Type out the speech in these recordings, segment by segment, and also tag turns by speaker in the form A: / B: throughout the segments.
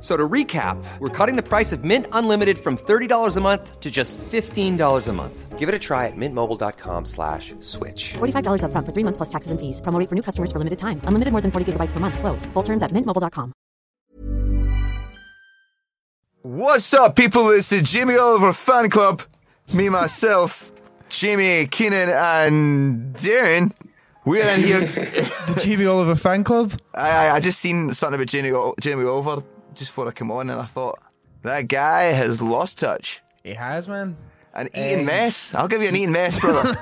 A: So to recap, we're cutting the price of Mint Unlimited from $30 a month to just $15 a month. Give it a try at mintmobile.com slash switch.
B: $45 up front for three months plus taxes and fees. Promote for new customers for limited time. Unlimited more than 40 gigabytes per month. Slows. Full terms at mintmobile.com.
C: What's up, people? It's the Jimmy Oliver Fan Club. Me, myself, Jimmy, Keenan, and Darren. We're in here.
D: The Jimmy Oliver fan club.
C: I, I, I just seen something about Jimmy, O- Jimmy Oliver just before I come on, and I thought, that guy has lost touch.
D: He has, man.
C: An eating mess. I'll give you an eating mess, brother.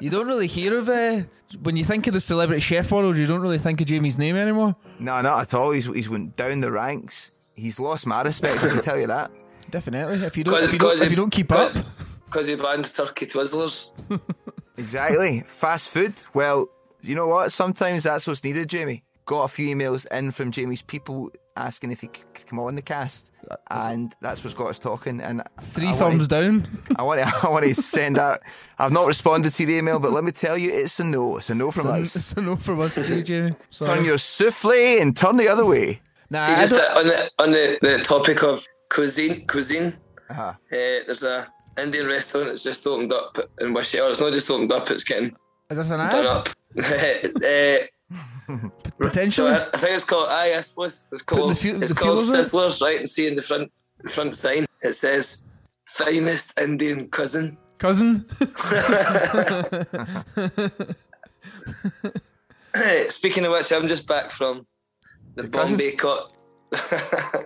D: You don't really hear of uh, when you think of the celebrity chef world. You don't really think of Jamie's name anymore.
C: no, not at all. He's, he's went down the ranks. He's lost my respect, I can tell you that.
D: Definitely, if you don't, if you don't, if you don't keep up,
E: Because he banned turkey twizzlers.
C: Exactly. Fast food. Well, you know what? Sometimes that's what's needed, Jamie. Got a few emails in from Jamie's people asking if he could come on the cast, and that's what's got us talking. And
D: three thumbs down.
C: I want to. I want to send out. I've not responded to the email, but let me tell you, it's a no. It's a no from us.
D: It's a no from us to you, Jamie. Sorry.
C: Turn your souffle and turn the other way.
D: nah,
E: See,
D: I
E: just
D: don't-
E: uh, on the on the, the topic of cuisine, cuisine.
D: Uh-huh.
E: uh there's a Indian restaurant that's just opened up in Wishy. Or it's not just opened up; it's getting
D: is this an
E: done
D: ad?
E: up. Eh, so
D: Potentially.
E: I, I think it's called. Aye, I suppose it's
D: Putting the
E: called.
D: fu-
E: it's
D: the
E: called
D: feelers out?
E: Sizzlers, right? And see in the front front sign it says "finest Indian cousin."
D: Cousin.
E: Speaking of which, I'm just back from the, Bombay cot.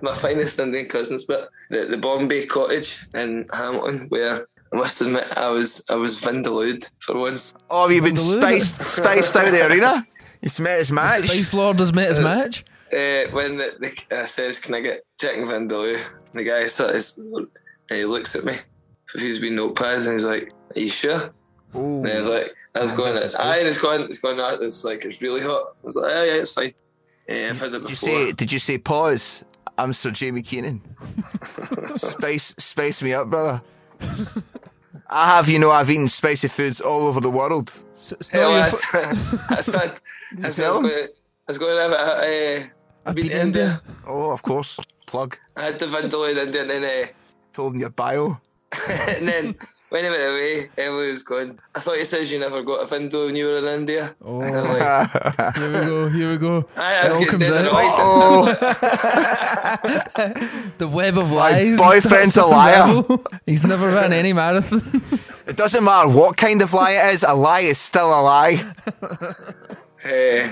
E: my finest Indian cousins, but the, the Bombay cottage in Hamilton, where I must admit I was I was vindalooed for once.
C: Oh, have you been
D: Deluded.
C: spiced spiced out of the arena? He's met his match.
D: Spice Lord has met his match.
E: Uh, when the, the uh, says, "Can I get chicken vindaloo?" the guy sort of and he looks at me with his wee notepad and he's like, "Are you sure?"
C: Ooh.
E: And I was like, I
C: Mm.
E: was going, aye, and it's going, it's going, out, it's like, it's really hot. I was like, yeah, yeah, it's fine. Yeah, I've had it
C: Did you
E: before.
C: say? Did you say pause? I'm Sir Jamie Keenan. spice, spice me up, brother. I have, you know, I've eaten spicy foods all over the world.
D: S- it's not
E: Hell,
D: your
E: that's,
D: fu-
E: that's had, that's,
C: tell
E: I was
C: him?
E: going, I was going to have um? a, uh,
D: I've
E: been
D: been
E: to India.
D: India.
C: Oh, of course. Plug.
E: I had the vindaloo in India, and then,
C: Told in your bio.
E: uh, and then when he went away, Emily was going, I thought you says you never got a vindaloo when you were in India.
D: Oh,
E: And I'm like,
D: here we go. Here we go.
E: aye, I was
D: all
E: getting
D: comes
E: dead
D: out.
E: annoyed.
C: Oh,
D: The web of lies.
C: boyfriend's a liar.
D: He's never ran any marathons.
C: it doesn't matter what kind of lie it is. A lie is still a lie.
E: Eh,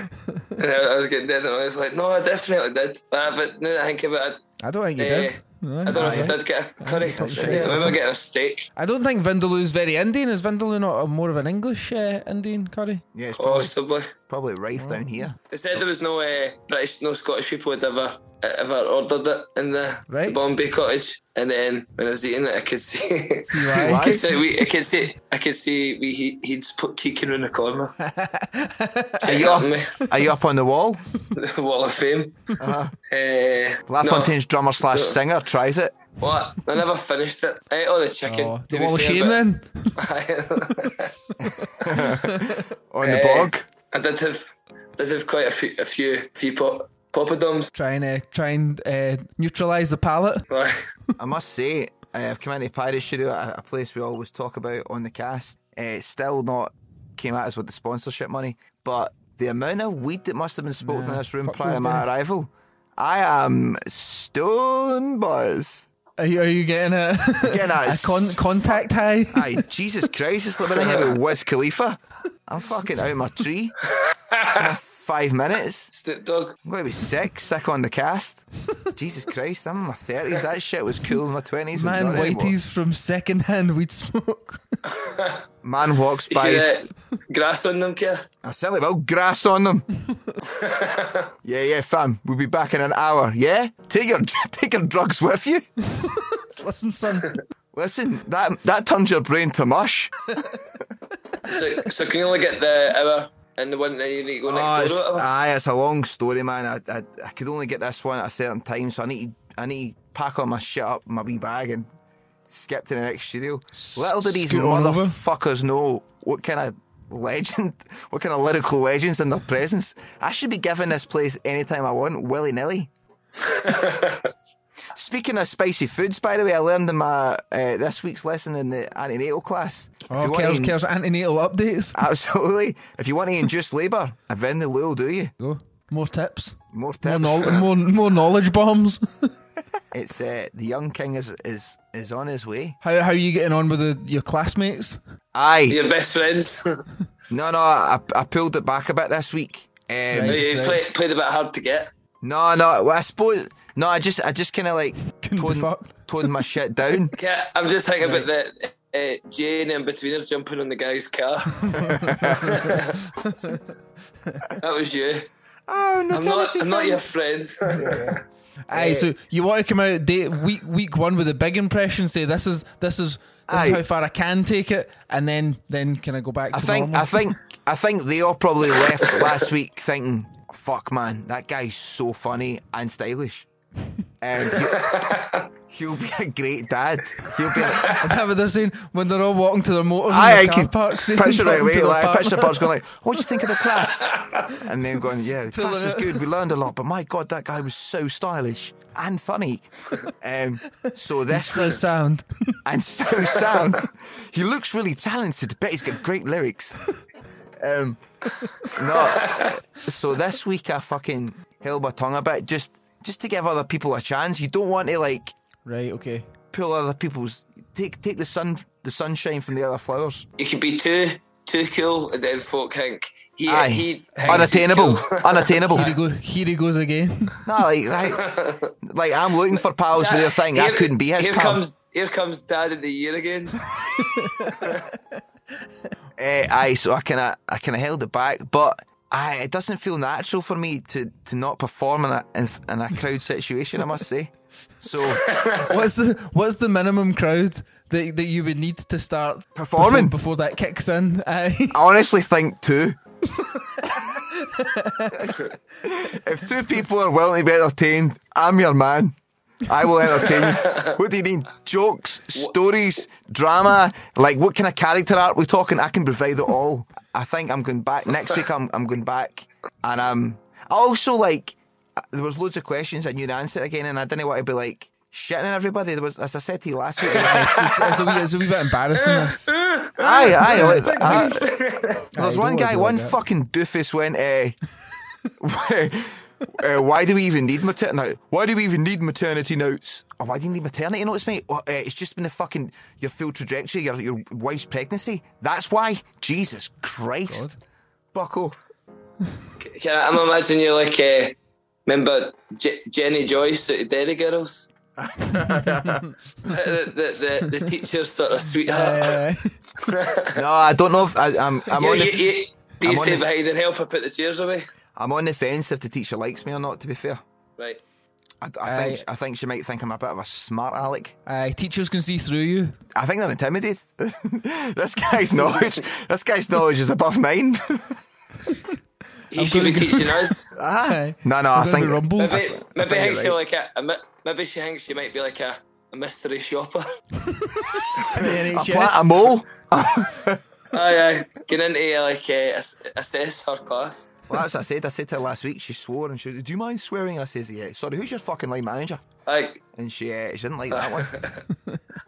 E: and I, I was getting dead annoyed. I was like, no, I definitely did. Ah, but now that I think about it,
D: I don't think you
E: eh,
D: did.
E: I don't know if I did get a curry. Ah, Yeah, I remember getting a steak.
D: I don't think Vindaloo's very Indian. Is Vindaloo not a, more of an English uh, Indian curry?
C: Yeah, it's probably,
E: Possibly.
C: probably rife down here.
E: They said there was no uh, British, no Scottish people had ever ever ordered it in the,
D: Right.
E: the Bombay cottage. And then when I was eating it, I could see,
D: why?
E: I could see, we, I could see, I could see we he, he'd put Keegan in the corner. Are
C: you up?
E: me?
C: Are you up on the wall?
E: The Wall of Fame.
D: Uh-huh.
E: Eh,
C: LaFontaine's drummer slash
E: No.
C: singer tries it.
E: no, what? I never finished it. I ate all the chicken.
D: Oh,
E: to
D: the
E: be
D: wall of
E: fair,
D: shame
E: but-
D: then.
C: On the
E: Eh.
C: bog.
E: I did have, did have quite a few, a few, few pop, poppadoms.
D: Try and uh, try and uh, neutralise the palate.
E: Like,
C: I must say, uh, Community Pirates Studio, a, a place we always talk about on the cast, uh, still not came at us with the sponsorship money, but the amount of weed that must have been smoked in this room
D: fuck
C: prior
D: those
C: to my
D: guys.
C: arrival, I am stone buzz.
D: Are you, are you getting a,
C: Getting a
D: a con- contact high?
C: Aye, Jesus Christ, it's living in here with Wiz Khalifa. I'm fucking out of my tree. In Five minutes.
E: Snoop Dogg.
C: I'm going to be sick, sick on the cast. Jesus Christ, I'm in my 30s. That shit was cool in my 20s. but
D: Man,
C: not anymore.
D: whitey's from second hand weed smoke.
C: Man walks
E: You
C: by.
E: see
C: his-
E: that grass on them, care?
C: I certainly will grass on them. Yeah, yeah, fam. We'll be back in an hour. Yeah, take your take your drugs with you.
D: Listen, son.
C: Listen, that that turns your brain to mush.
E: So, so can you only get the hour in the one that you need to go next
C: Oh,
E: door
C: it's,
E: or whatever?
C: aye, it's a long story, man. I, I I could only get this one at a certain time, so I need I need to pack all my shit up in my wee bag and skip to the next studio. Little did these
D: scoot on over.
C: motherfuckers know what kind of legend, what kind of lyrical legends in their presence. I should be giving this place anytime I want, willy nilly. Speaking of spicy foods, by the way, I learned in my uh, this week's lesson in the antenatal class. If you
D: Oh,
C: want to
D: Kel's,
C: en-
D: Kel's antenatal updates.
C: Absolutely. If you want to induce labour, avenge the will do you?
D: Go. More tips.
C: More
D: More,
C: tips.
D: knowl- more, more knowledge bombs.
C: It's uh, the young king is is is on his way.
D: How, how are you getting on with the, your classmates?
C: Aye.
E: Your best friends. you
C: No, no. I, I pulled it back a bit this week. Um,
D: Right.
E: play, played a bit hard to get.
C: No, no. Well, I suppose. No, I just I just kind of like
D: Couldn't be
C: toned,
D: fucked.
C: toned my shit down.
E: Yeah, I'm just thinking about the uh, Jane in betweeners jumping on the guy's car. that was you.
C: Oh no,
E: I'm not. I'm not your friends.
C: Eh.
D: Aye, so you want to come out day, week week one with a big impression? Say this is this is this
C: Aye.
D: is how far I can take it, and then then can I go back?
C: I
D: to
C: think
D: normal?
C: I think I think they all probably left last week thinking, "Fuck, man, that guy's so funny and stylish." Um, he'll, he'll be a great dad. He'll be. A,
D: Is that what they're saying when they're all walking to their motors
C: I,
D: in
C: I
D: the
C: can
D: car park? saying,
C: picture it
D: "Welcome
C: away.
D: to the
C: Like, I
D: park."
C: picture Budge going like, "What do you think of the class?" And then going, "Yeah, the class
D: Pulling
C: was
D: it.
C: good. We learned a lot, but my god, that guy was so stylish and funny." Um, so this
D: So sound.
C: and so sound. he looks really talented, but he's got great lyrics. Um, no, so this week I fucking held my tongue a bit just just to give other people a chance. You don't want to like
D: right. Okay.
C: pull other people's take take the sun the sunshine from the other flowers.
E: you could be too too cool, and then folk think he
C: Aye,
E: he thinks he's
C: unattainable,
E: cool.
C: unattainable.
D: Here he goes. Here he goes again.
C: no, like, like, like I'm looking for pals with their thing. I
E: Here-
C: couldn't be his
E: Here
C: pal.
E: comes here comes Dad of the Year again.
C: Eh, aye, so I kind of I kind of held it back, but aye, it doesn't feel natural for me to to not perform in a in, in a crowd situation. I must say. So
D: what's the what's the minimum crowd that that you would need to start
C: Performing.
D: before, before that kicks in? Aye.
C: I honestly think two. if two people are willing to be entertained, I'm your man. I will entertain you. What do you need? Jokes, stories, drama. Like, what kind of character art we talking? I can provide it all. I think I'm going back next week. I'm I'm going back, and um, I also like uh, there was loads of questions I knew the answer again, and I didn't want to be like shitting on everybody. There was, as I said to you last week, there was
D: it's, just, it's, a wee, it's a wee bit embarrassing. if-
C: Aye, aye. like that. There's
D: you
C: one
D: don't wanna
C: guy,
D: do
C: one
D: that.
C: fucking doofus went, eh, uh, why do we even need maternity? Why do we even need maternity notes? Oh, why do you need maternity notes, mate? Well, eh, it's just been the fucking your full trajectory, your your wife's pregnancy. That's why. Jesus Christ, buckle.
E: Can I, I'm imagining you like uh, remember J- Jenny Joyce at the Dairy Girls. the, the, the the teacher's sort of sweetheart.
D: Aye, aye.
C: No, I don't know. If I, I'm Uh, I'm
E: You,
C: on
E: you,
C: the,
E: you, do
C: I'm
E: you
C: on
E: stay
C: the-
E: behind and help her put the chairs away?
C: I'm on the fence if the teacher likes me or not. To be fair,
E: Right.
C: I, I think
D: Aye.
C: I think she might think I'm a bit of a smart aleck.
D: Aye, teachers can see through you.
C: I think they're intimidated. this guy's knowledge, this guy's knowledge is above mine.
E: He should be
D: gonna go-
E: teaching us.
D: Aye.
C: Ah. No, no,
D: We're
C: I
D: gonna be
C: think-
D: rumbled.
E: Maybe, maybe
C: you're
E: thinks you're like a, a mi- maybe she thinks she might be like a, a mystery shopper.
C: A, pla- a mole.
E: aye, aye. Get into uh, like uh, ass- assess her class.
C: Well, that's what I said. I said to her last week. She swore and she. Do you mind swearing? And I says, yeah. Sorry, who's your fucking line manager?
E: Like
C: And she, uh, she didn't like that one.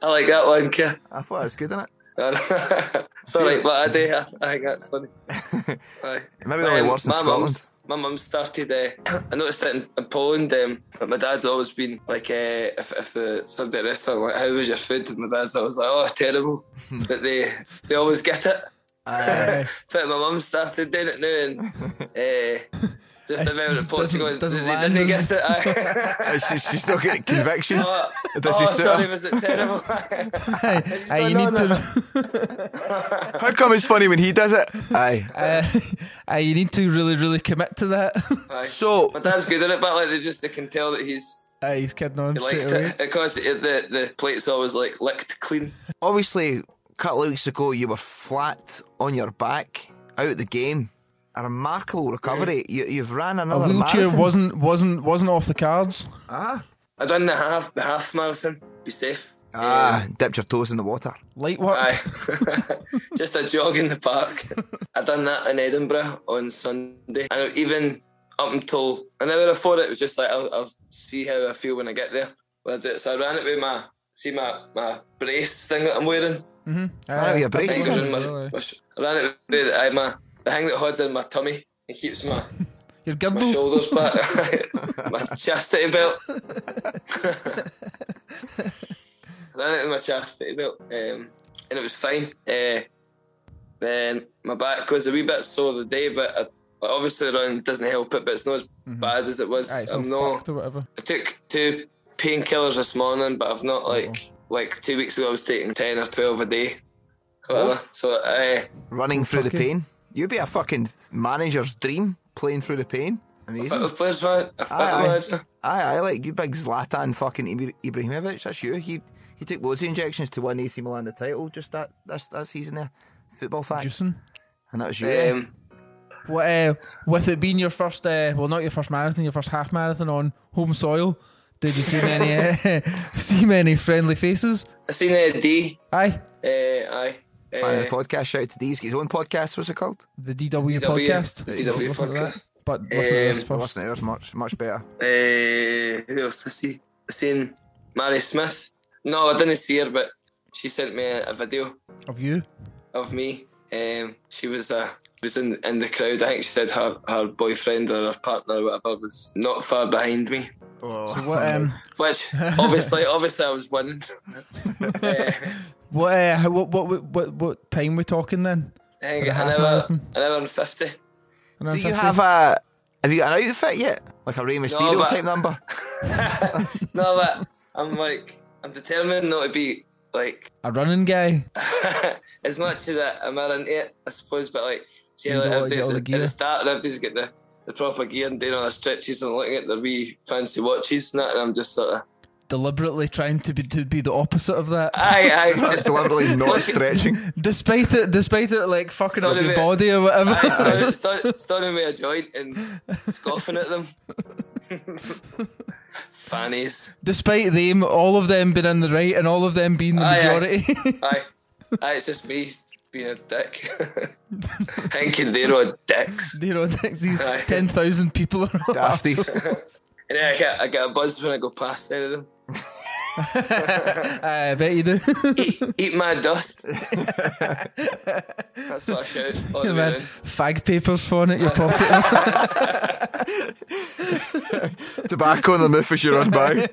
E: I like that one, kid.
C: I thought it was good, innit?
E: it's alright, but I do. I, I think that's funny. Aye. um,
C: Maybe they're only worse in
E: my
C: Scotland.
E: Mum's, my mum started. Uh, I noticed it in, in Poland. Um, but my dad's always been like, uh, if, if the subject restaurant like, how was your food? And my dad's always like, oh, terrible. but they they always get it.
C: Aye.
E: but my mum started doing it now, and uh, Just about the Portugal.
D: doesn't- doesn't
E: they
D: land,
E: didn't
D: does
E: get it. aye.
C: Uh, she's, she's not getting conviction.
E: oh,
C: Does she
E: oh,
C: sit
E: sorry,
C: up?
E: was it terrible? It's
D: Aye, you
E: gone
D: need
E: on,
D: to.
C: How come it's funny when he does it? Aye.
D: Uh, you need to really, really commit to that.
E: aye.
C: So
E: But that's good, is it? But like they just they can tell that he's
D: Aye, he's kidding on
E: he liked
D: straight away.
E: it because it, the the plate's always like licked clean.
C: obviously, a couple of weeks ago, you were flat on your back, out of the game. A remarkable recovery. You, you've ran
D: A
C: another
D: wheelchair
C: marathon.
D: wasn't wasn't wasn't off the cards.
C: ah,
E: I done the half the half marathon. Be safe.
C: ah, dipped your toes in the water.
D: Light work.
E: Aye. just a jog in the park. I done that in Edinburgh on Sunday. And even up until an hour before it, it was just like I'll, I'll see how I feel when I get there. But I did, so I ran it with my see my, my brace thing that I'm wearing.
C: Ah,
D: Mm-hmm. Uh, Aye.
C: your
E: I think
C: braces
E: it was
C: on.
E: in my, my, sh- I ran it with I, my the thing that hods in my tummy. It keeps my,
D: Your
E: my
D: girdle.
E: shoulders back, my chastity belt. ran it with my chastity belt, um, and it was fine. Uh, then my back was a wee bit sore the day, but I, like, obviously running doesn't help it. But it's not as bad as it was.
D: Mm-hmm. Aye, it's
E: I'm
D: not
E: not.
D: fucked or whatever.
E: I took two painkillers this morning, but I've
D: Oh.
E: not like like two weeks ago. I was taking ten or twelve a day. Whatever. So uh,
C: Running through the
D: Fucking-
C: pain. You'd be a fucking manager's dream playing through the pain. Amazing.
E: football players, man. A football
C: aye.
E: manager.
C: Aye, aye, like you big Zlatan fucking Ibra- Ibrahimovic, that's you. He he took loads of injections to win AC Milan the title just that that's that season there. Football fact.
D: Juicing.
C: And that was you. eh?
E: Um,
D: What, uh, with it being your first, uh, well, not your first marathon, your first half marathon on home soil, did you see many uh, see many friendly faces?
E: I seen uh, D.
D: Aye,
E: Uh, aye. Uh,
C: Fan of the podcast, shout out to Dee's his own podcast, what's it called?
D: the DW,
E: DW
D: podcast.
E: DW
D: Listen to that.
E: podcast.
D: But listen to this
E: Um,
C: Well,
D: first.
C: listen, ours much much better.
E: Uh, who else did I see? I seen Mary Smith. No, I didn't see her, but she sent me a, a video
D: Of you?
E: of me. Um, she was uh, was in in the crowd. I think she said her, her boyfriend or her partner or whatever was not far behind me.
D: So
C: Oh.
D: what, um,
E: Which obviously, obviously, I was winning. uh,
D: what, uh, how- what, what, what, what, what time we talking then?
E: I think
D: For the
E: an
D: half
E: hour,
D: marathon?
E: an hour and fifty.
D: Around
C: Do you
D: 50?
C: have a have you got an outfit yet? Like a Rey Mysterio
E: but-
C: type number?
E: No, but I'm like, I'm determined not to be like
D: a running guy?
E: as much as I, I'm not into it, I suppose. But like, see,
D: You
E: like,
D: don't
E: if
D: wanna
E: they,
D: get all the
E: at
D: gear?
E: the start, I've just get the, the proper gear and doing all the stretches and looking at their wee fancy watches and that, and I'm just sort of
D: Deliberately trying to be to be the opposite of that.
E: aye, aye,
C: That's
E: just
C: deliberately not stretching.
D: despite it, despite it, like fucking up
E: Sorry,
D: your
E: mate.
D: body or whatever.
E: aye, starting, start, starting with a joint and scoffing at them. Fannies,
D: despite them, all of them being in the right and all of them being the
E: Aye, aye.
D: majority.
E: aye, aye, it's just me being a dick. Hank and they're all dicks.
D: you know, next these
E: Aye.
D: ten thousand people are all
C: Dafties.
E: And then I get I get a buzz when I go past any of them.
D: Aye, I bet you do.
E: Eat, eat my dust. That's what I shout. All the way
D: Man,
E: around.
D: fag papers thrown at your pocket.
C: Tobacco in the mouth as you run by.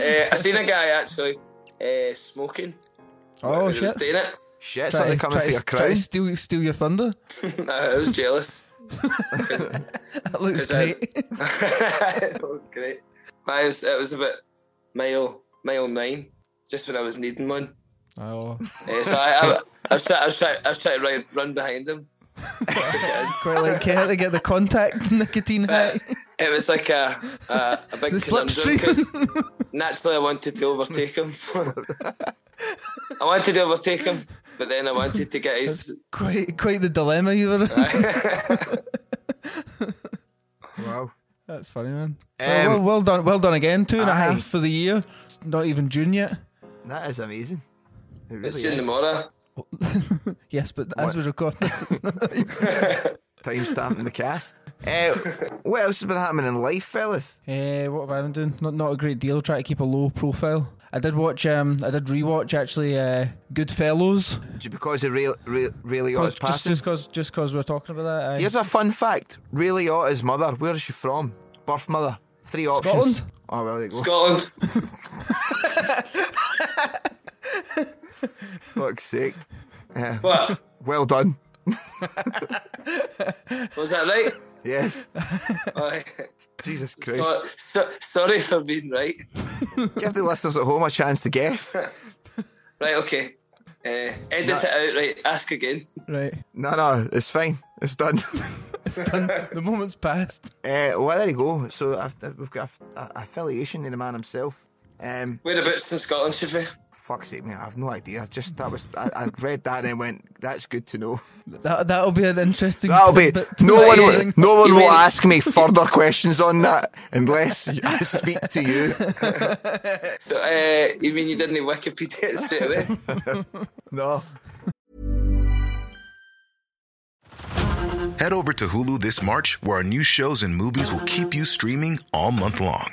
E: Eh, I seen a guy actually eh, smoking.
D: oh
E: He was
D: shit!
E: doing it.
C: Shit,
D: Try to-
C: something coming
D: try
C: for
D: to-
C: your
D: Try
C: crown.
D: to steal, steal your thunder.
E: I was jealous.
D: That looks
E: Is that-
D: great.
E: it was great. I was, it was about mile mile nine, just when I was needing one.
D: oh,
E: Eh, so I, I, I was trying I was trying I was trying to run, run behind him.
D: quite like care to get the contact nicotine high.
E: It was like a a, a big
D: The
E: conundrum because naturally I wanted to overtake him. I wanted to overtake him, but then I wanted to get his.
D: Quite, quite the dilemma you were. in.
C: Wow.
D: That's funny, man.
C: Um,
D: well, well, well done, well done again. Two and a
C: aye.
D: half for the year. It's Not even June yet.
C: That is amazing. It really
E: It's
C: is.
E: June tomorrow.
D: Yes, but as we record this, it's not-
C: Timestamp in the cast. Uh, what else has been happening in life, fellas?
D: Eh, what have I been doing? Not not a great deal. Try to keep a low profile. I did watch. Um, I did rewatch actually. Uh, Goodfellas.
C: Just because of Ray, Ray, Ray Liotta's
D: Just, just,
C: passing.
D: just cause, just cause we're talking about that. aye.
C: Here's a fun fact. Ray Liotta's mother, where's she from? Birth mother. Three options.
D: Scotland?
C: Oh, well, there you go.
E: Scotland.
C: Fuck's sake.
E: What?
C: Well done.
E: Was that right?
C: Yes.
E: Aye.
C: Jesus Christ.
E: so, so, sorry for being right.
C: Give the listeners at home a chance to guess.
E: Right, okay. Uh, edit it out, right? Ask again.
D: Right.
C: No, no, it's fine. It's done.
D: the moment's passed.
C: Uh, well, there you go. So I've, I've- we've got a, a affiliation to the man himself. Um,
E: Whereabouts in Scotland, Shafi?
C: fuck's sake, man, I have no idea. Just that was I, I read that and went, "That's good to know."
D: That that'll be an interesting.
C: That'll be
D: tidbit.
C: no one. Will, no one
E: You
C: will
E: mean-
C: ask me further questions on that unless I speak to you.
E: So, uh, you mean you didn't Wikipedia it straight away?
C: No.
F: Head over to Hulu this March, where our new shows and movies will keep you streaming all month long.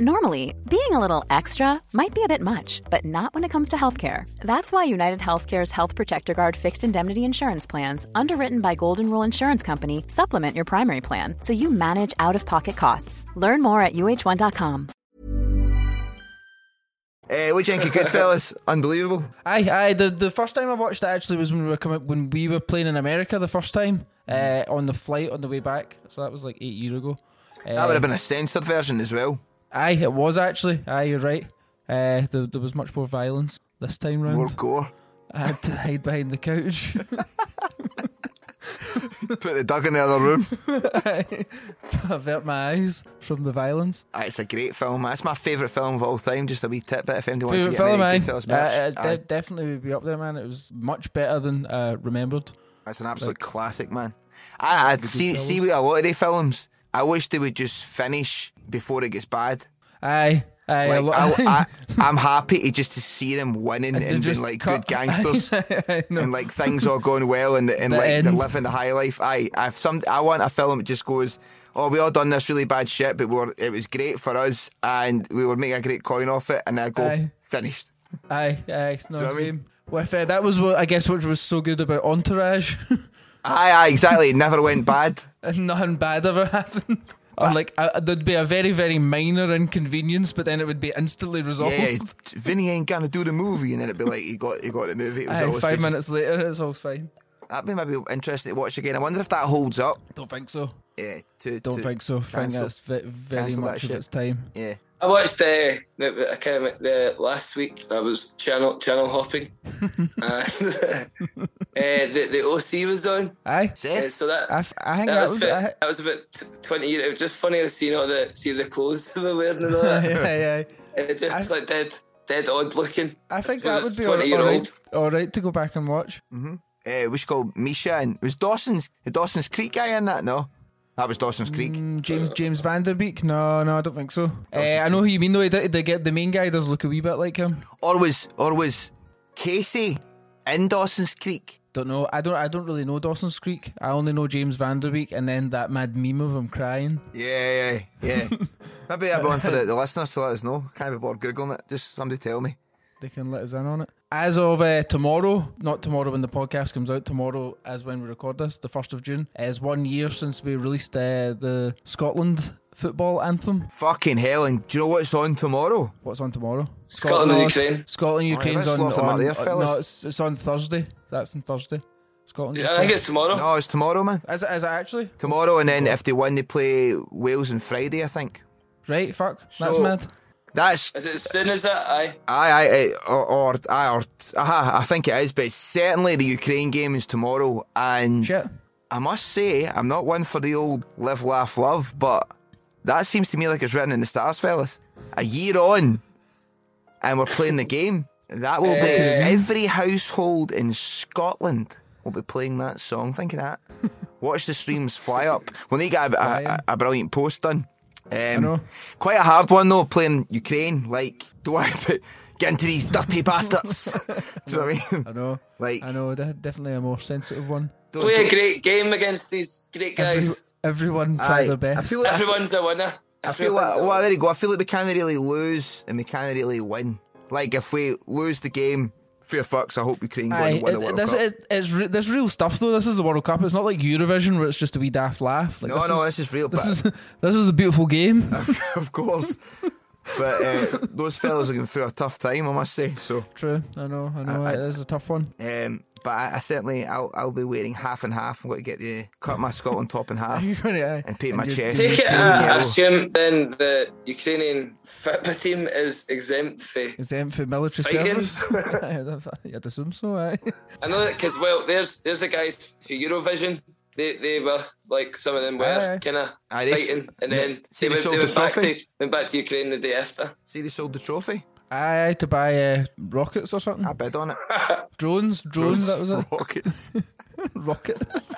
G: Normally, being a little extra might be a bit much, but not when it comes to healthcare. That's why United Healthcare's Health Protector Guard fixed indemnity insurance plans, underwritten by Golden Rule Insurance Company, supplement your primary plan so you manage out of pocket costs. Learn more at uh1.com.
C: Uh, what do you think of Goodfellas? Unbelievable.
D: Aye, aye. The the first time I watched it actually was when we were coming, when we were playing in America the first time uh,
C: Mm-hmm.
D: on the flight on the way back. So that was like eight years ago. Uh,
C: That would have been a censored version as well.
D: Aye, it was actually. Aye, you're right. Uh, there, there was much more violence this time round.
C: More gore.
D: I had to hide behind the couch.
C: Put the dog in the other room.
D: avert my eyes from the violence.
C: Ah, it's a great film. That's my favourite film of all time. Just a wee tidbit if anyone wants to get
D: Favorite film,
C: any
D: aye.
C: Goodfellas
D: Uh, uh,
C: merch.
D: de-
C: Aye.
D: definitely would be up there, man. It was much better than uh, remembered.
C: That's an absolute classic, man. I, I see see with a lot of the films. I wish they would just finish before it gets bad.
D: Aye, aye. a
C: Like,
D: lot-
C: I, I, am happy to just to see them winning
D: They
C: and being
D: just
C: like
D: cut-
C: good gangsters
D: I know.
C: and like things all going well and and
D: The
C: like they're
D: end.
C: living the high life. I I've some I want a film that just goes. Oh, we all done this really bad shit, but we were, it was great for us, and we were making a great coin off it. And I go
D: Aye.
C: finished.
D: Aye, aye, it's not
C: Do you know what
D: the
C: I mean?
D: same. With uh, that was what I guess what was so good about Entourage,
C: Aye, aye, exactly. It never went bad.
D: and nothing bad ever happened. Or
C: Ah.
D: like uh, there'd be a very very minor inconvenience, but then it would be instantly resolved.
C: Yeah, Vinny ain't gonna do the movie, and then it'd be like he got he got the movie. It was
D: Aye,
C: always
D: five
C: good.
D: minutes later, it's all fine.
C: That'd be maybe interesting to watch again. I wonder if that holds up.
D: Don't think so.
C: Yeah, to,
D: Don't
C: to
D: think so. think
C: cancel.
D: that's ve- very
C: Cancel that
D: much of
C: shit.
D: its time.
C: Yeah.
E: I watched uh, the, I came the last week. I was channel channel hopping. uh, uh, the the OC was on,
D: Aye,
E: uh,
C: Seth,
E: so that
D: I, f- I think
E: that
D: that
E: was
D: was.
E: fit-
D: I-
E: that was about t- twenty years. It was just funny to see all the see the clothes they were wearing and all that.
D: aye, aye, aye.
E: And It's just like dead dead odd looking.
D: I think
E: Well,
D: that
E: it's
D: would be all,
E: 20 year
D: all,
E: old.
D: right, all right to go back and watch.
C: uh, it was called Misha, and it was Dawson's the Dawson's Creek guy in that. No, that was Dawson's Creek.
D: Mm, James James Vanderbeek? No, no, I don't think so. Uh, I know who you mean though. He did- They get the main guy does look a wee bit like him.
C: Or was or was Casey in Dawson's Creek?
D: Don't know. I don't. I don't really know Dawson's Creek. I only know James Vanderbeek, and then that mad meme of him crying.
C: Yeah, yeah, yeah. maybe that'd be one for the, the listeners to let us know. Can't be bored googling it. Just somebody tell me.
D: They can let us in on it. As of uh, tomorrow, not tomorrow when the podcast comes out. Tomorrow, as when we record this, the first of June is one year since we released uh, the Scotland football anthem.
C: Fucking hell! And do you know what's on tomorrow?
D: What's on tomorrow?
E: Scotland and
D: Scotland-
E: Ukraine.
D: Scotland Ukraine's
C: let's
D: on.
C: slot them out
D: on-
C: there,
D: uh,
C: fellas.
D: no, it's, it's on Thursday. That's on Thursday. Scotland.
E: I think it's tomorrow.
C: No, it's tomorrow, man.
D: Is it, is it actually?
C: Tomorrow, and then if they win, they play Wales on Friday, I think.
D: Right, fuck. That's
C: So-
D: mad.
C: That's
E: Is it as soon as that? Aye.
C: I, I, I or, or, I, or, aha, I think it is, but certainly the Ukraine game is tomorrow, and
D: Shit.
C: I must say, I'm not one for the old live, laugh, love, but that seems to me like it's written in the stars, fellas. A year on, and we're playing the game. That will be every household in Scotland will be playing that song. Think of that. Watch the streams fly up. We'll need to get a, a, a, a brilliant post done.
D: know.
C: Um, quite a hard one though, playing Ukraine. Like, do I get into these dirty bastards? do you know what I mean?
D: I know.
C: Like-
D: I know. de- Definitely a more sensitive one.
E: Play a great game against these great guys.
D: Everyone tried
C: Aye.
D: their best.
C: I feel like
E: Everyone's a winner.
C: I feel like, well, there you go. I feel like we can't really lose and we can't really win. Like if we lose the game, fair fucks. I hope Ukraine go
D: Aye,
C: and win the
D: it-
C: World
D: this,
C: Cup.
D: it- it's re- this real stuff though. This is the World Cup. It's not like Eurovision where it's just a wee daft laugh. Like,
C: No,
D: this
C: no,
D: is,
C: this is real,
D: This
C: but-
D: is this is a beautiful game.
C: of course. But uh, those fellas are going through a tough time, I must say. So,
D: True, I know, I know.
C: I-
D: it is a tough one.
C: um, but I, I certainly I'll I'll be waiting half and half. I'm going to get the cut my Scotland top in half
D: Aye.
C: and paint my
D: And you-
C: chest.
E: Take it. uh,
C: blue
E: I I
C: yellow.
E: assume then the Ukrainian FIPA team is exempt for.
D: Is it for military
E: Fighting.
D: service? I'd assume so. Aye.
E: I know that because well, there's there's the guys for Eurovision. They they were like some of them
D: Aye, aye.
E: were kind of
C: Aye, they-
E: fighting, and then
C: See, they
E: they, went,
C: sold
E: they
C: the
E: went back to
C: trophy.
E: went back to Ukraine the day after.
C: See, they sold the trophy.
D: Aye, aye, to buy uh, rockets or something.
C: I bid on it.
D: Drones, drones. That was it.
C: Rockets.
D: rockets.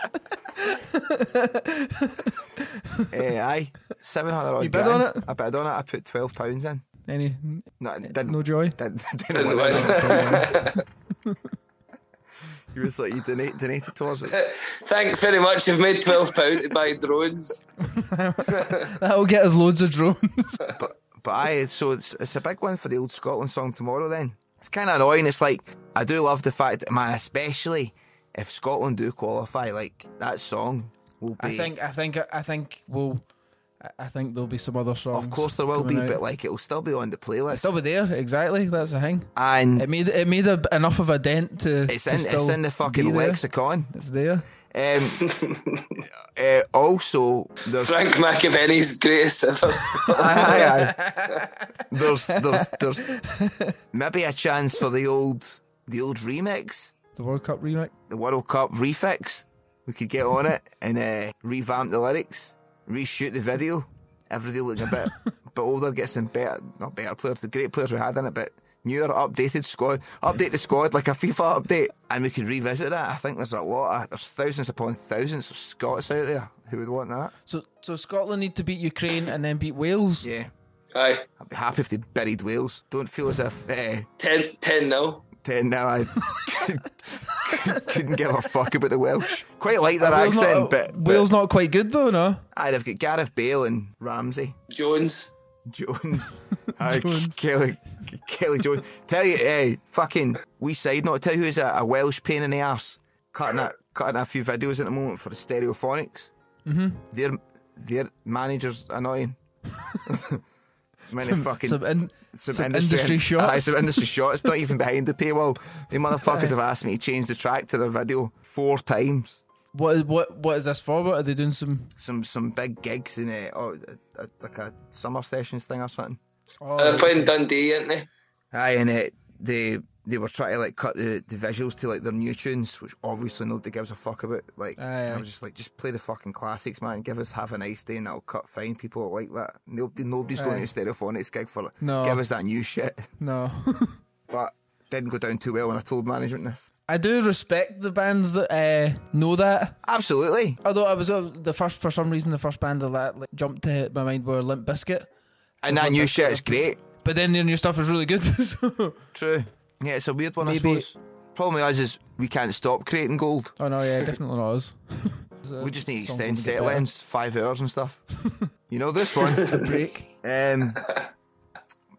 C: Eh, aye, seven hundred.
D: You bid on it?
C: I bid on it. I put twelve pounds in.
D: Any?
C: No, I didn't.
D: No joy.
C: Didn't, didn't
E: Didn't
C: win it.
E: win.
C: He was like, you donate, donated towards it.
E: Thanks very much. You've made twelve pound to buy drones.
D: That'll get us loads of drones.
C: But aye, so it's, it's a big one for the old Scotland song tomorrow then. It's kind of annoying. It's like, I do love the fact that, man, especially if Scotland do qualify, like, that song will be.
D: I think. I think. I think we'll. I- I think there'll be some other songs.
C: Of course, there will be,
D: coming out.
C: but like, it'll still be on the playlist.
D: It's still be there. Exactly. That's the thing.
C: and
D: It made it made a, enough of a dent to.
C: Mm. it's,
D: to
C: in, it's
D: still
C: in the
D: be
C: fucking
D: there.
C: lexicon.
D: It's there.
C: Um, eh, also, there's.
E: Frank McAvenny's greatest ever.
C: Aye, aye, aye. there's, there's, there's maybe a chance for the old, the old remix.
D: The World Cup remix.
C: the World Cup refix. We could get on it and uh, revamp the lyrics, reshoot the video. Everybody looking a bit, bit older, get some better, not better players, the great players we had in it, but newer, updated squad. Update the squad like a FIFA update, and we could revisit that. I think there's a lot of, there's thousands upon thousands of Scots out there who would want that.
D: So so Scotland need to beat Ukraine and then beat Wales.
C: Yeah.
E: Aye,
C: I'd be happy if they buried Wales. Don't feel as if uh,
E: 10, 10 0.
C: 10 now I couldn't give a fuck about the Welsh. Quite like their
D: Wales
C: accent,
D: Uh, not,
C: but, but
D: Wales not quite good though. No.
C: I'd have got Gareth Bale and Ramsey
E: Jones.
C: Jones. Aye, Kelly, Kelly Jones. Tell you, hey, fucking, we side note. Tell you who's a, a Welsh pain in the arse. Cutting a, cutting a few videos at the moment for the Stereophonics. Mm-hmm. Their their manager's annoying. Many fucking
D: Some in, some, industry
C: shots. Aye,
D: shots.
C: some industry shots. Not even behind the paywall. The motherfuckers have asked me to change the track to their video four times.
D: What what what is this for? What are they doing? Some
C: Some some big gigs in a, oh, a, a like a summer sessions thing or something. Oh,
E: They're playing Dundee, aren't they?
C: Aye, and it, they they were trying to like cut the, the visuals to like their new tunes, which obviously nobody gives a fuck about. Like
D: Aye,
C: I
D: aye.
C: was just like, just play the fucking classics, man. Give us have a nice day, and that'll cut fine. People will like that. Nobody, nobody's going to Stereophonics gig for
D: No.
C: Give us that new shit.
D: no.
C: But didn't go down too well when I told management this.
D: I do respect the bands that uh, know that.
C: Absolutely.
D: Although I was uh, the first for some reason the first band that like, like, jumped to my mind were Limp Bizkit,
C: And that new shit is great.
D: but then their new stuff is really good. so.
C: True. Yeah, it's a weird one. I
D: Maybe-
C: suppose. Problem with us is we can't stop creating gold.
D: Oh no, yeah, definitely not us.
C: We just need to
D: Something
C: extend
D: to get
C: set
D: better.
C: lengths, five hours and stuff. you know this one.
D: Break.
C: Um,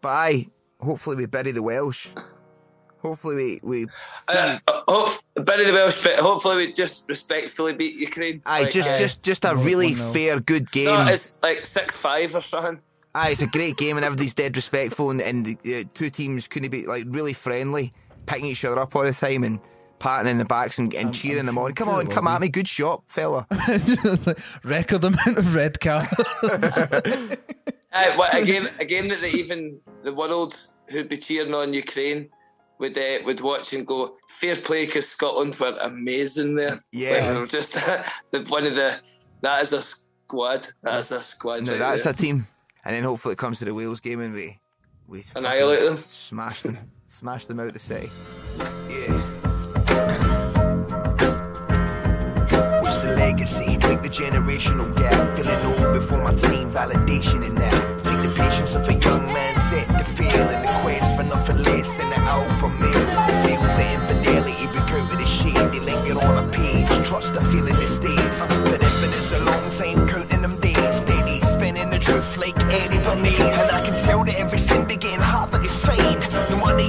C: but aye, hopefully we bury the Welsh. Hopefully we, we
E: Uh, hope, bury the Welsh, but hopefully we just respectfully beat Ukraine.
C: aye,
E: Like,
C: just
E: uh,
C: just just a
D: Like
C: really
D: one nil.
C: fair, good game.
E: No, it's like 6 5 or something.
C: aye, it's a great game and everybody's dead respectful and, and the uh, two teams couldn't be like really friendly, picking each other up all the time and patting in the backs and, and cheering them on. Come on, come at me, good shot, fella.
D: Record amount of red cards.
E: Aye, what, a, game, a game that they, even the world who'd be cheering on Ukraine would, uh, would watch and go, fair play because Scotland were amazing there.
C: Yeah.
E: Like, they were just the, one of the. That is a squad. That is a squad.
C: No,
E: right
C: that's
E: there.
C: a team. And then hopefully it comes to the Wales game and we we
E: Annihilate
C: fucking
E: them.
C: smash them, smash them out the city.
H: What's the legacy? Break the generational gap. Feeling old before my team validation in that. Take the patience of a young man, set the feel in the quest for nothing less than an alpha male. The fields of infidelity, recurve the shit. They linger on a page. Trust the feeling it stays. But evidence a long time counting them days. Steady spinning the truth like Eddie Bernays. And I can tell that everything they getting hot that they find. The money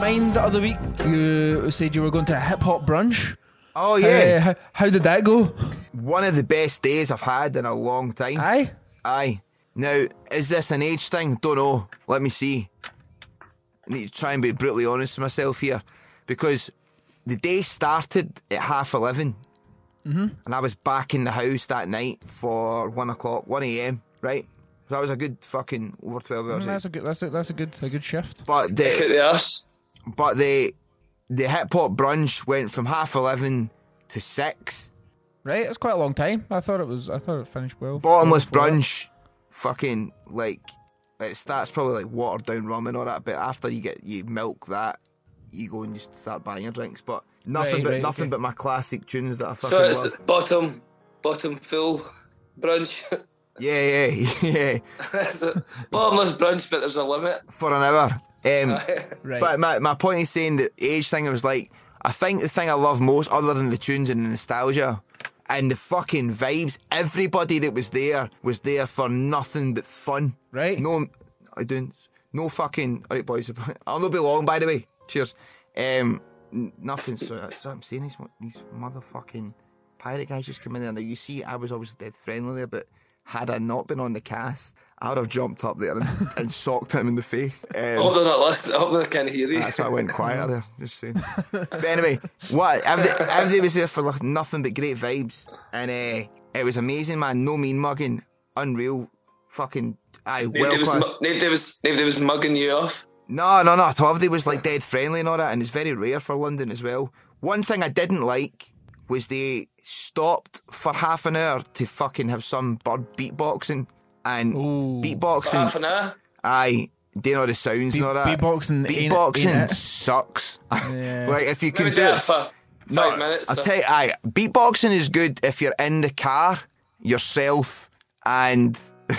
D: mine the other week. You said you were going to a hip hop brunch.
C: Oh yeah,
D: How, how, how did that go?
C: one of the best days I've had in a long time.
D: Aye.
C: Aye. Now, is this an age thing? Don't know. Let me see. I need to try and be brutally honest with myself here because the day started at half 11
D: Mm-hmm.
C: and I was back in the house that night for 1 o'clock, 1 a.m., right? So that was a good fucking over 12 hours.
D: Mm, That's a good. That's a, that's a good. A good shift.
C: but
E: Kick out
C: the,
E: the arse.
C: but the, the hip hop brunch went from half 11 to 6.
D: Right. That's quite a long time. I thought it was. I thought it finished well.
C: bottomless
D: Well, well.
C: brunch, fucking like it starts probably like watered down rum and all that. But after you get you milk that, you go and you start buying your drinks. But nothing
D: Right,
C: but
D: right,
C: nothing
D: okay.
C: but my classic tunes that I fucking
E: So it's
C: love.
E: bottom, bottom full brunch.
C: Yeah, yeah, yeah.
E: That's a bottomless brunch, but there's a limit.
C: For an hour. Um,
D: Right.
C: But my, my point is saying the age thing. It was like I think the thing I love most, other than the tunes and the nostalgia, and the fucking vibes. Everybody that was there was there for nothing but fun.
D: Right.
C: No, I don't. No fucking. All right, boys. I'll not be long. By the way. Cheers. Um, n- nothing. So that's what I'm saying. These mo- these motherfucking pirate guys just come in there. Now you see, I was always dead friendly there, but had I not been on the cast, I would have jumped up there and, and socked him in the face.
E: I
C: Um,
E: hope they're not listening. I hope they can't hear you.
C: that's why I went quiet there. Just saying. but anyway, what? Everything, everything was there for like nothing but great vibes, and uh, it was amazing, man. No mean mugging, unreal, fucking. Aye, well
E: Nobody was,
C: class.
E: mu- nobody was, nobody was mugging you off.
C: No, no, no. Tovdy was like dead friendly and all that, and it's very rare for London as well. One thing I didn't like was they stopped for half an hour to fucking have some bird beatboxing and
E: Half
C: beatboxing.
E: an hour.
C: Aye, doing all the sounds and all that.
D: beatboxing ain't-
C: beatboxing
D: ain't it.
C: sucks. like if you
E: Maybe
C: can
E: do
C: do
E: that
C: it.
E: for five
C: No,
E: minutes.
C: I'll
E: so-
C: tell you, aye, beatboxing is good if you're in the car yourself and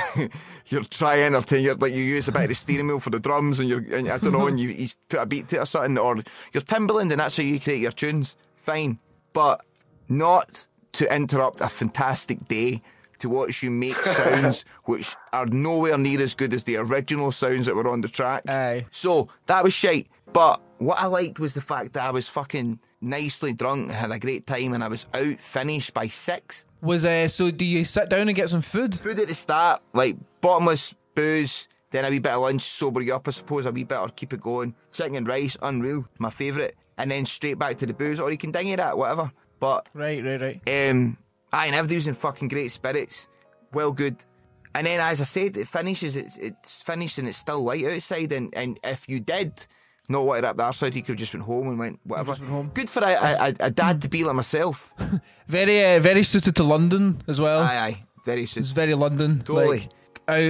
C: you're trying to entertain. You're like you use a bit of the steering wheel for the drums, and you're and, I don't know, and you, you put a beat to it or something, or you're Timberland, and that's how you create your tunes. Fine, but not to interrupt a fantastic day. To watch you make sounds which are nowhere near as good as the original sounds that were on the track.
D: Aye.
C: So that was shite. But what I liked was the fact that I was fucking nicely drunk and had a great time and I was out finished by six.
D: Was uh, so? Do you sit down and get some food?
C: Food at the start, like bottomless booze, then a wee bit of lunch, sober you up, I suppose, a wee bit or keep it going. Chicken and rice, unreal, my favourite. And then straight back to the booze, or you can dingy that, whatever. But
D: Right, right, right.
C: um, aye, and everybody's in fucking great spirits. Well, good. And then, as I said, it finishes. It's, it's finished and it's still light outside. And, and if you did not want it up the outside, you could have just went home and went whatever. Good for a, a, a dad to be like myself.
D: Very, uh, very suited to London as well.
C: aye, aye, very soon.
D: It's very London.
C: Totally.
D: Like,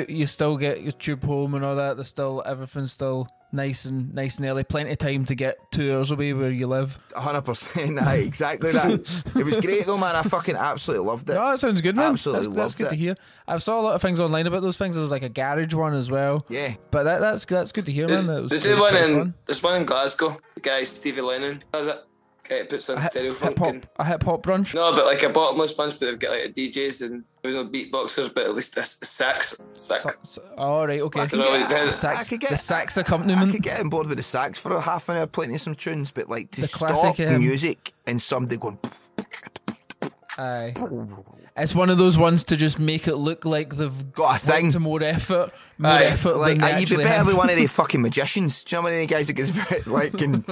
D: out, you still get your tube home and all that. There's still everything's still nice and nice and early. Plenty of time to get two hours away where you live.
C: hundred percent. Aye, exactly that. it was great though, man. I fucking absolutely loved it.
D: No, that sounds good, man.
C: Absolutely
D: that's, that's
C: loved
D: good
C: it.
D: to hear. I saw a lot of things online about those things. There was like a garage one as well.
C: Yeah.
D: but that, that's that's good to hear, man. That was,
E: They
D: that
E: do
D: was
E: one
D: quite
E: in
D: fun.
E: there's one in Glasgow. The guy Stevie Lennon does it. Okay, it puts on stereo
D: hip
E: funk.
D: hop,
E: and-
D: a hip hop brunch.
E: No, but like a bottomless bunch, but they've got like DJs and there was no beatboxers, but at least a s- sax, sax.
D: So- all right, okay.
E: can get-
D: The
C: I
D: sax,
C: could get-
D: the sax
C: I
D: accompaniment.
C: could get on board with the sax for a half an hour, playing some tunes, but like to
D: The
C: stop
D: classic, um,
C: music and somebody going.
D: Aye. It's one of those ones to just make it look like they've
C: Got a
D: went
C: thing.
D: to more effort, more
E: Aye,
D: effort
C: Like,
D: than they
C: uh, you'd be
D: actually
C: better
D: have.
C: with one of the fucking magicians. Do you know how many guys that gets like and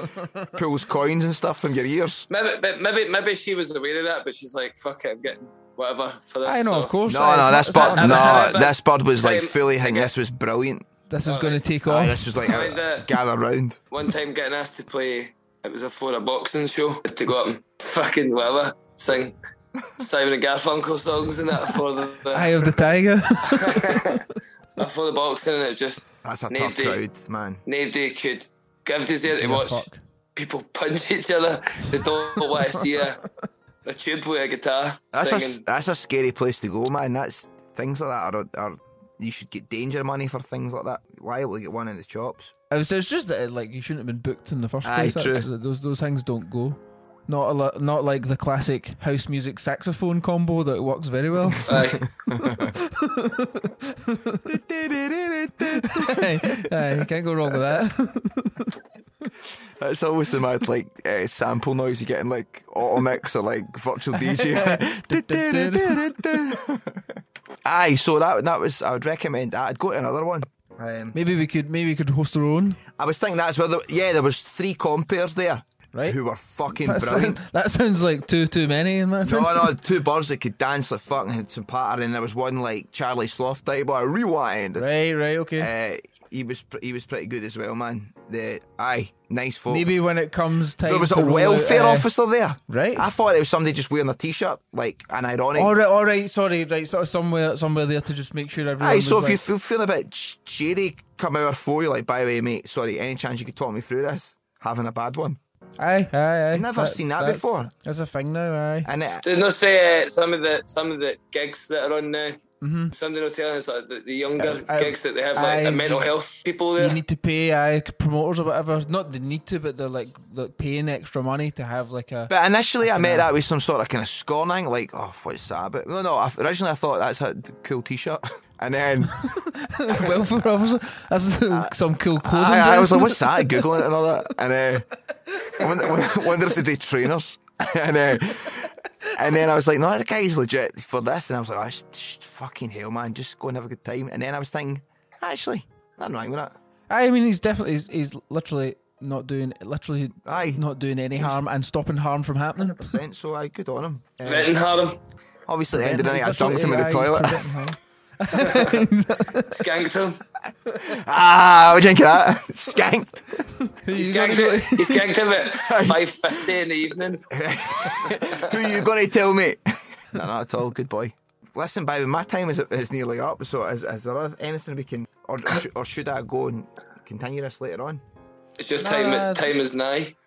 C: pulls coins and stuff from your ears?
E: Maybe, but maybe, maybe she was aware of that, but she's like, "Fuck it, I'm getting whatever for this."
D: I know,
E: so-
D: of course.
C: No,
D: aye,
C: no,
D: it's
C: that's
D: not-
C: bird.
D: it's not-
E: that's-
C: No, this bird was like
D: Um,
E: Same.
C: fully hanging. This was brilliant.
D: This is going to take
C: Aye,
D: off.
C: this was like
E: Right
C: a,
E: there.
C: gather round.
E: One time, getting asked to play, it was a for a boxing show I had to go up and fucking whatever sing Simon and Garfunkel songs and that for the, the
D: Eye of the tiger.
E: for the boxing, and it just
C: That's a tough
E: nobody,
C: crowd, man.
E: nobody could. Gravity's there to
D: Yeah,
E: watch
D: fuck.
E: people punch each other. They don't want to see a, a tube with a guitar
C: That's a
E: singing.
C: that's a scary place to go, man. That's things like that are, are you should get danger money for things like that. Liable to get one in the chops.
D: it was it's just that, like you shouldn't have been booked in the first
C: Aye,
D: place. That's-
C: true.
D: Those those things don't go. Not a lot, not like the classic house music saxophone combo that works very well.
E: Aye.
D: aye, aye, you can't go wrong with that.
C: That's always the mad like uh, sample noise you get in like Automix or like virtual DJ. Aye, so that that was I would recommend that. I'd go to another one. Um,
D: Maybe we could maybe we could host our own.
C: I was thinking that's where the, yeah there was three compares there,
D: Right.
C: Who were fucking
D: That
C: brilliant.
D: sounds, that sounds like too too many in my
C: No,
D: opinion.
C: no, two birds that could dance like fucking had some patter, and there was one like Charlie Sloth type. I rewind.
D: Right, right, okay.
C: Uh, he was pr- he was pretty good as well, man. The aye, nice folk.
D: Maybe when it comes time,
C: There was
D: to
C: a
D: roll
C: welfare
D: out, uh,
C: officer there.
D: right.
C: I thought it was somebody just wearing a t shirt, like an ironic.
D: All right, all right, sorry, right, sort of somewhere, somewhere there to just make sure everyone.
C: Aye, so
D: was
C: if you
D: like-
C: feel, feel a bit sh- shady, come over for you, like, by the way, mate, sorry, any chance you could talk me through this? Having a bad one.
D: aye, aye, aye.
C: Never
D: that's-
C: seen that
D: that's-
C: before.
D: That's a thing now, aye.
C: And it,
E: There's no say uh, some of the some of the gigs that are on now. Mm-hmm. Somebody was telling us like the, the younger
D: I-
E: gigs that they have like
D: I-
E: the mental health people there.
D: You need to pay aye, promoters or whatever. Not they need to, but they're like, like paying extra money to have like a.
C: But initially, I met that with some sort of kind of scorn angle, like, oh, what's that? But no, no, I, originally I thought that's a d- cool t shirt. And then
D: welfare officer. That's some cool clothing.
C: Uh, I, I was like,
D: brand.
C: what's that? Googling it and all that. And uh, I wonder, I wonder if they do trainers. and, uh, and then I was like, no, that guy's legit for this. And I was like, oh, sh- sh- fucking hell, man, just go and have a good time. And then I was thinking, actually, nothing wrong with that.
D: I mean, he's definitely he's, he's literally not doing literally
C: Aye.
D: not doing any harm and stopping harm from happening.
C: Then, So I good on him. Uh,
E: Renting Harlem,
C: obviously, at the end of the night, I
D: He's
C: dunked him in the
D: literally- aye,
C: toilet.
D: he's preventing harm.
E: skanked him.
C: ah, I would drink that. Skanked.
E: He skanked it. He skanked him at five fifty in the evening.
C: Who you going to tell me? no, not at all. Good boy. Listen, by the way, my time is, is nearly up. So, is, is there oth- anything we can, or, sh- or should I go and continue this later on?
E: It's just
D: Nah,
E: time.
D: nah,
E: time is nigh.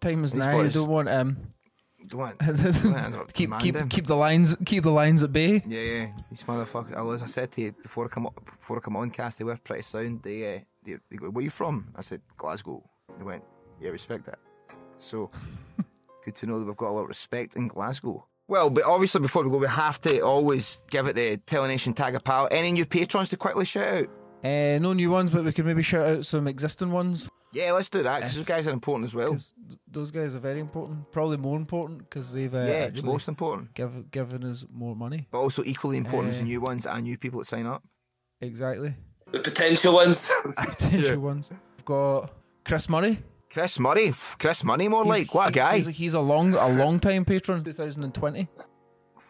D: Time is
C: These
D: now. You
C: boys-
D: don't want um
C: Don't want, don't want to
D: keep
C: demand
D: keep
C: him.
D: keep the lines keep the lines at bay.
C: Yeah, yeah. These motherfuckers. oh, As I said to you before I come up, before I come on cast, they were pretty sound. They, uh, they, they go, "Where you from?" I said, "Glasgow." They went, "Yeah, respect that." So, good to know that we've got a lot of respect in Glasgow. Well, but obviously before we go, we have to always give it the Telenation tag a pal. Any new patrons to quickly shout out?
D: Uh, no new ones, but we could maybe shout out some existing ones.
C: Yeah, let's do that. 'cause those guys are important as well.
D: 'cause th- Those guys are very important. Probably more important because they've uh,
C: Yeah, the
D: actually
C: most important,
D: giv- given us more money.
C: but also equally important is
D: Uh,
C: the new ones and new people that sign up.
D: Exactly.
E: The potential ones.
D: Potential ones. We've got Chris Murray.
C: Chris Murray, F- Chris Murray, more like what a
D: He's-
C: guy.
D: He's, he's a long a long time patron. 2020.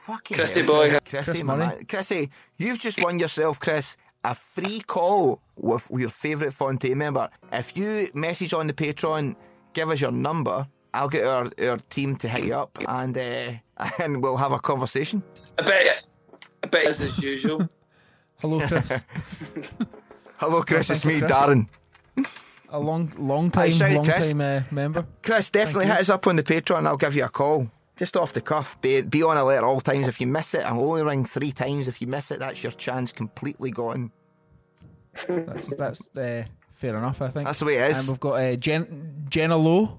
C: Fucking
E: Chrissy
C: hell.
E: boy.
C: Chrissy,
D: Chris
C: my
D: Murray.
C: man. Chrissy, you've just won yourself, Chris, a free call with your favourite Fontaine member. If you message on the Patreon, give us your number. I'll get our, our team to hit you up, and uh, and we'll have a conversation.
E: I bet. I bet as is usual.
D: Hello, Chris.
C: Hello, Chris.
D: thank
C: It's
D: you,
C: me,
D: Chris.
C: Darren.
D: a long long time
C: shout out
D: long
C: Chris.
D: time uh, member.
C: Chris, definitely hit us up on the Patreon. I'll give you a call. Just off the cuff. Be, be on alert all times. If you miss it, I'll only ring three times. If you miss it, that's your chance completely gone.
D: That's that's uh, fair enough. I think
C: That's the way it is.
D: And we've got uh, Jen Jenna Lowe.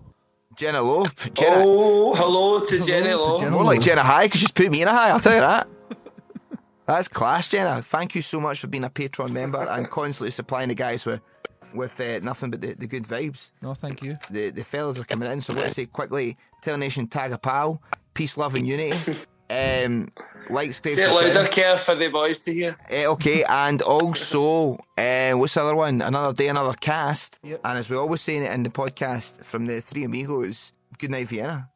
C: Jenna Lowe. Jenna,
E: Oh, hello to Jenny
D: to
E: Law.
D: Jenny.
C: More like Jenna High, because she's put me in a high, I'll tell you that. That's class, Jenna. Thank you so much for being a Patreon member and constantly supplying the guys with with uh, nothing but the, the good vibes.
D: No, thank you.
C: The the fellas are coming in, so let's say quickly, Tell Nation tag a pal, peace, love and unity. Um like Steve.
E: Say it louder, care for the boys to hear.
C: okay, and also uh, what's the other one? Another day, another cast. And as we always say in the podcast from the three amigos, good night Vienna.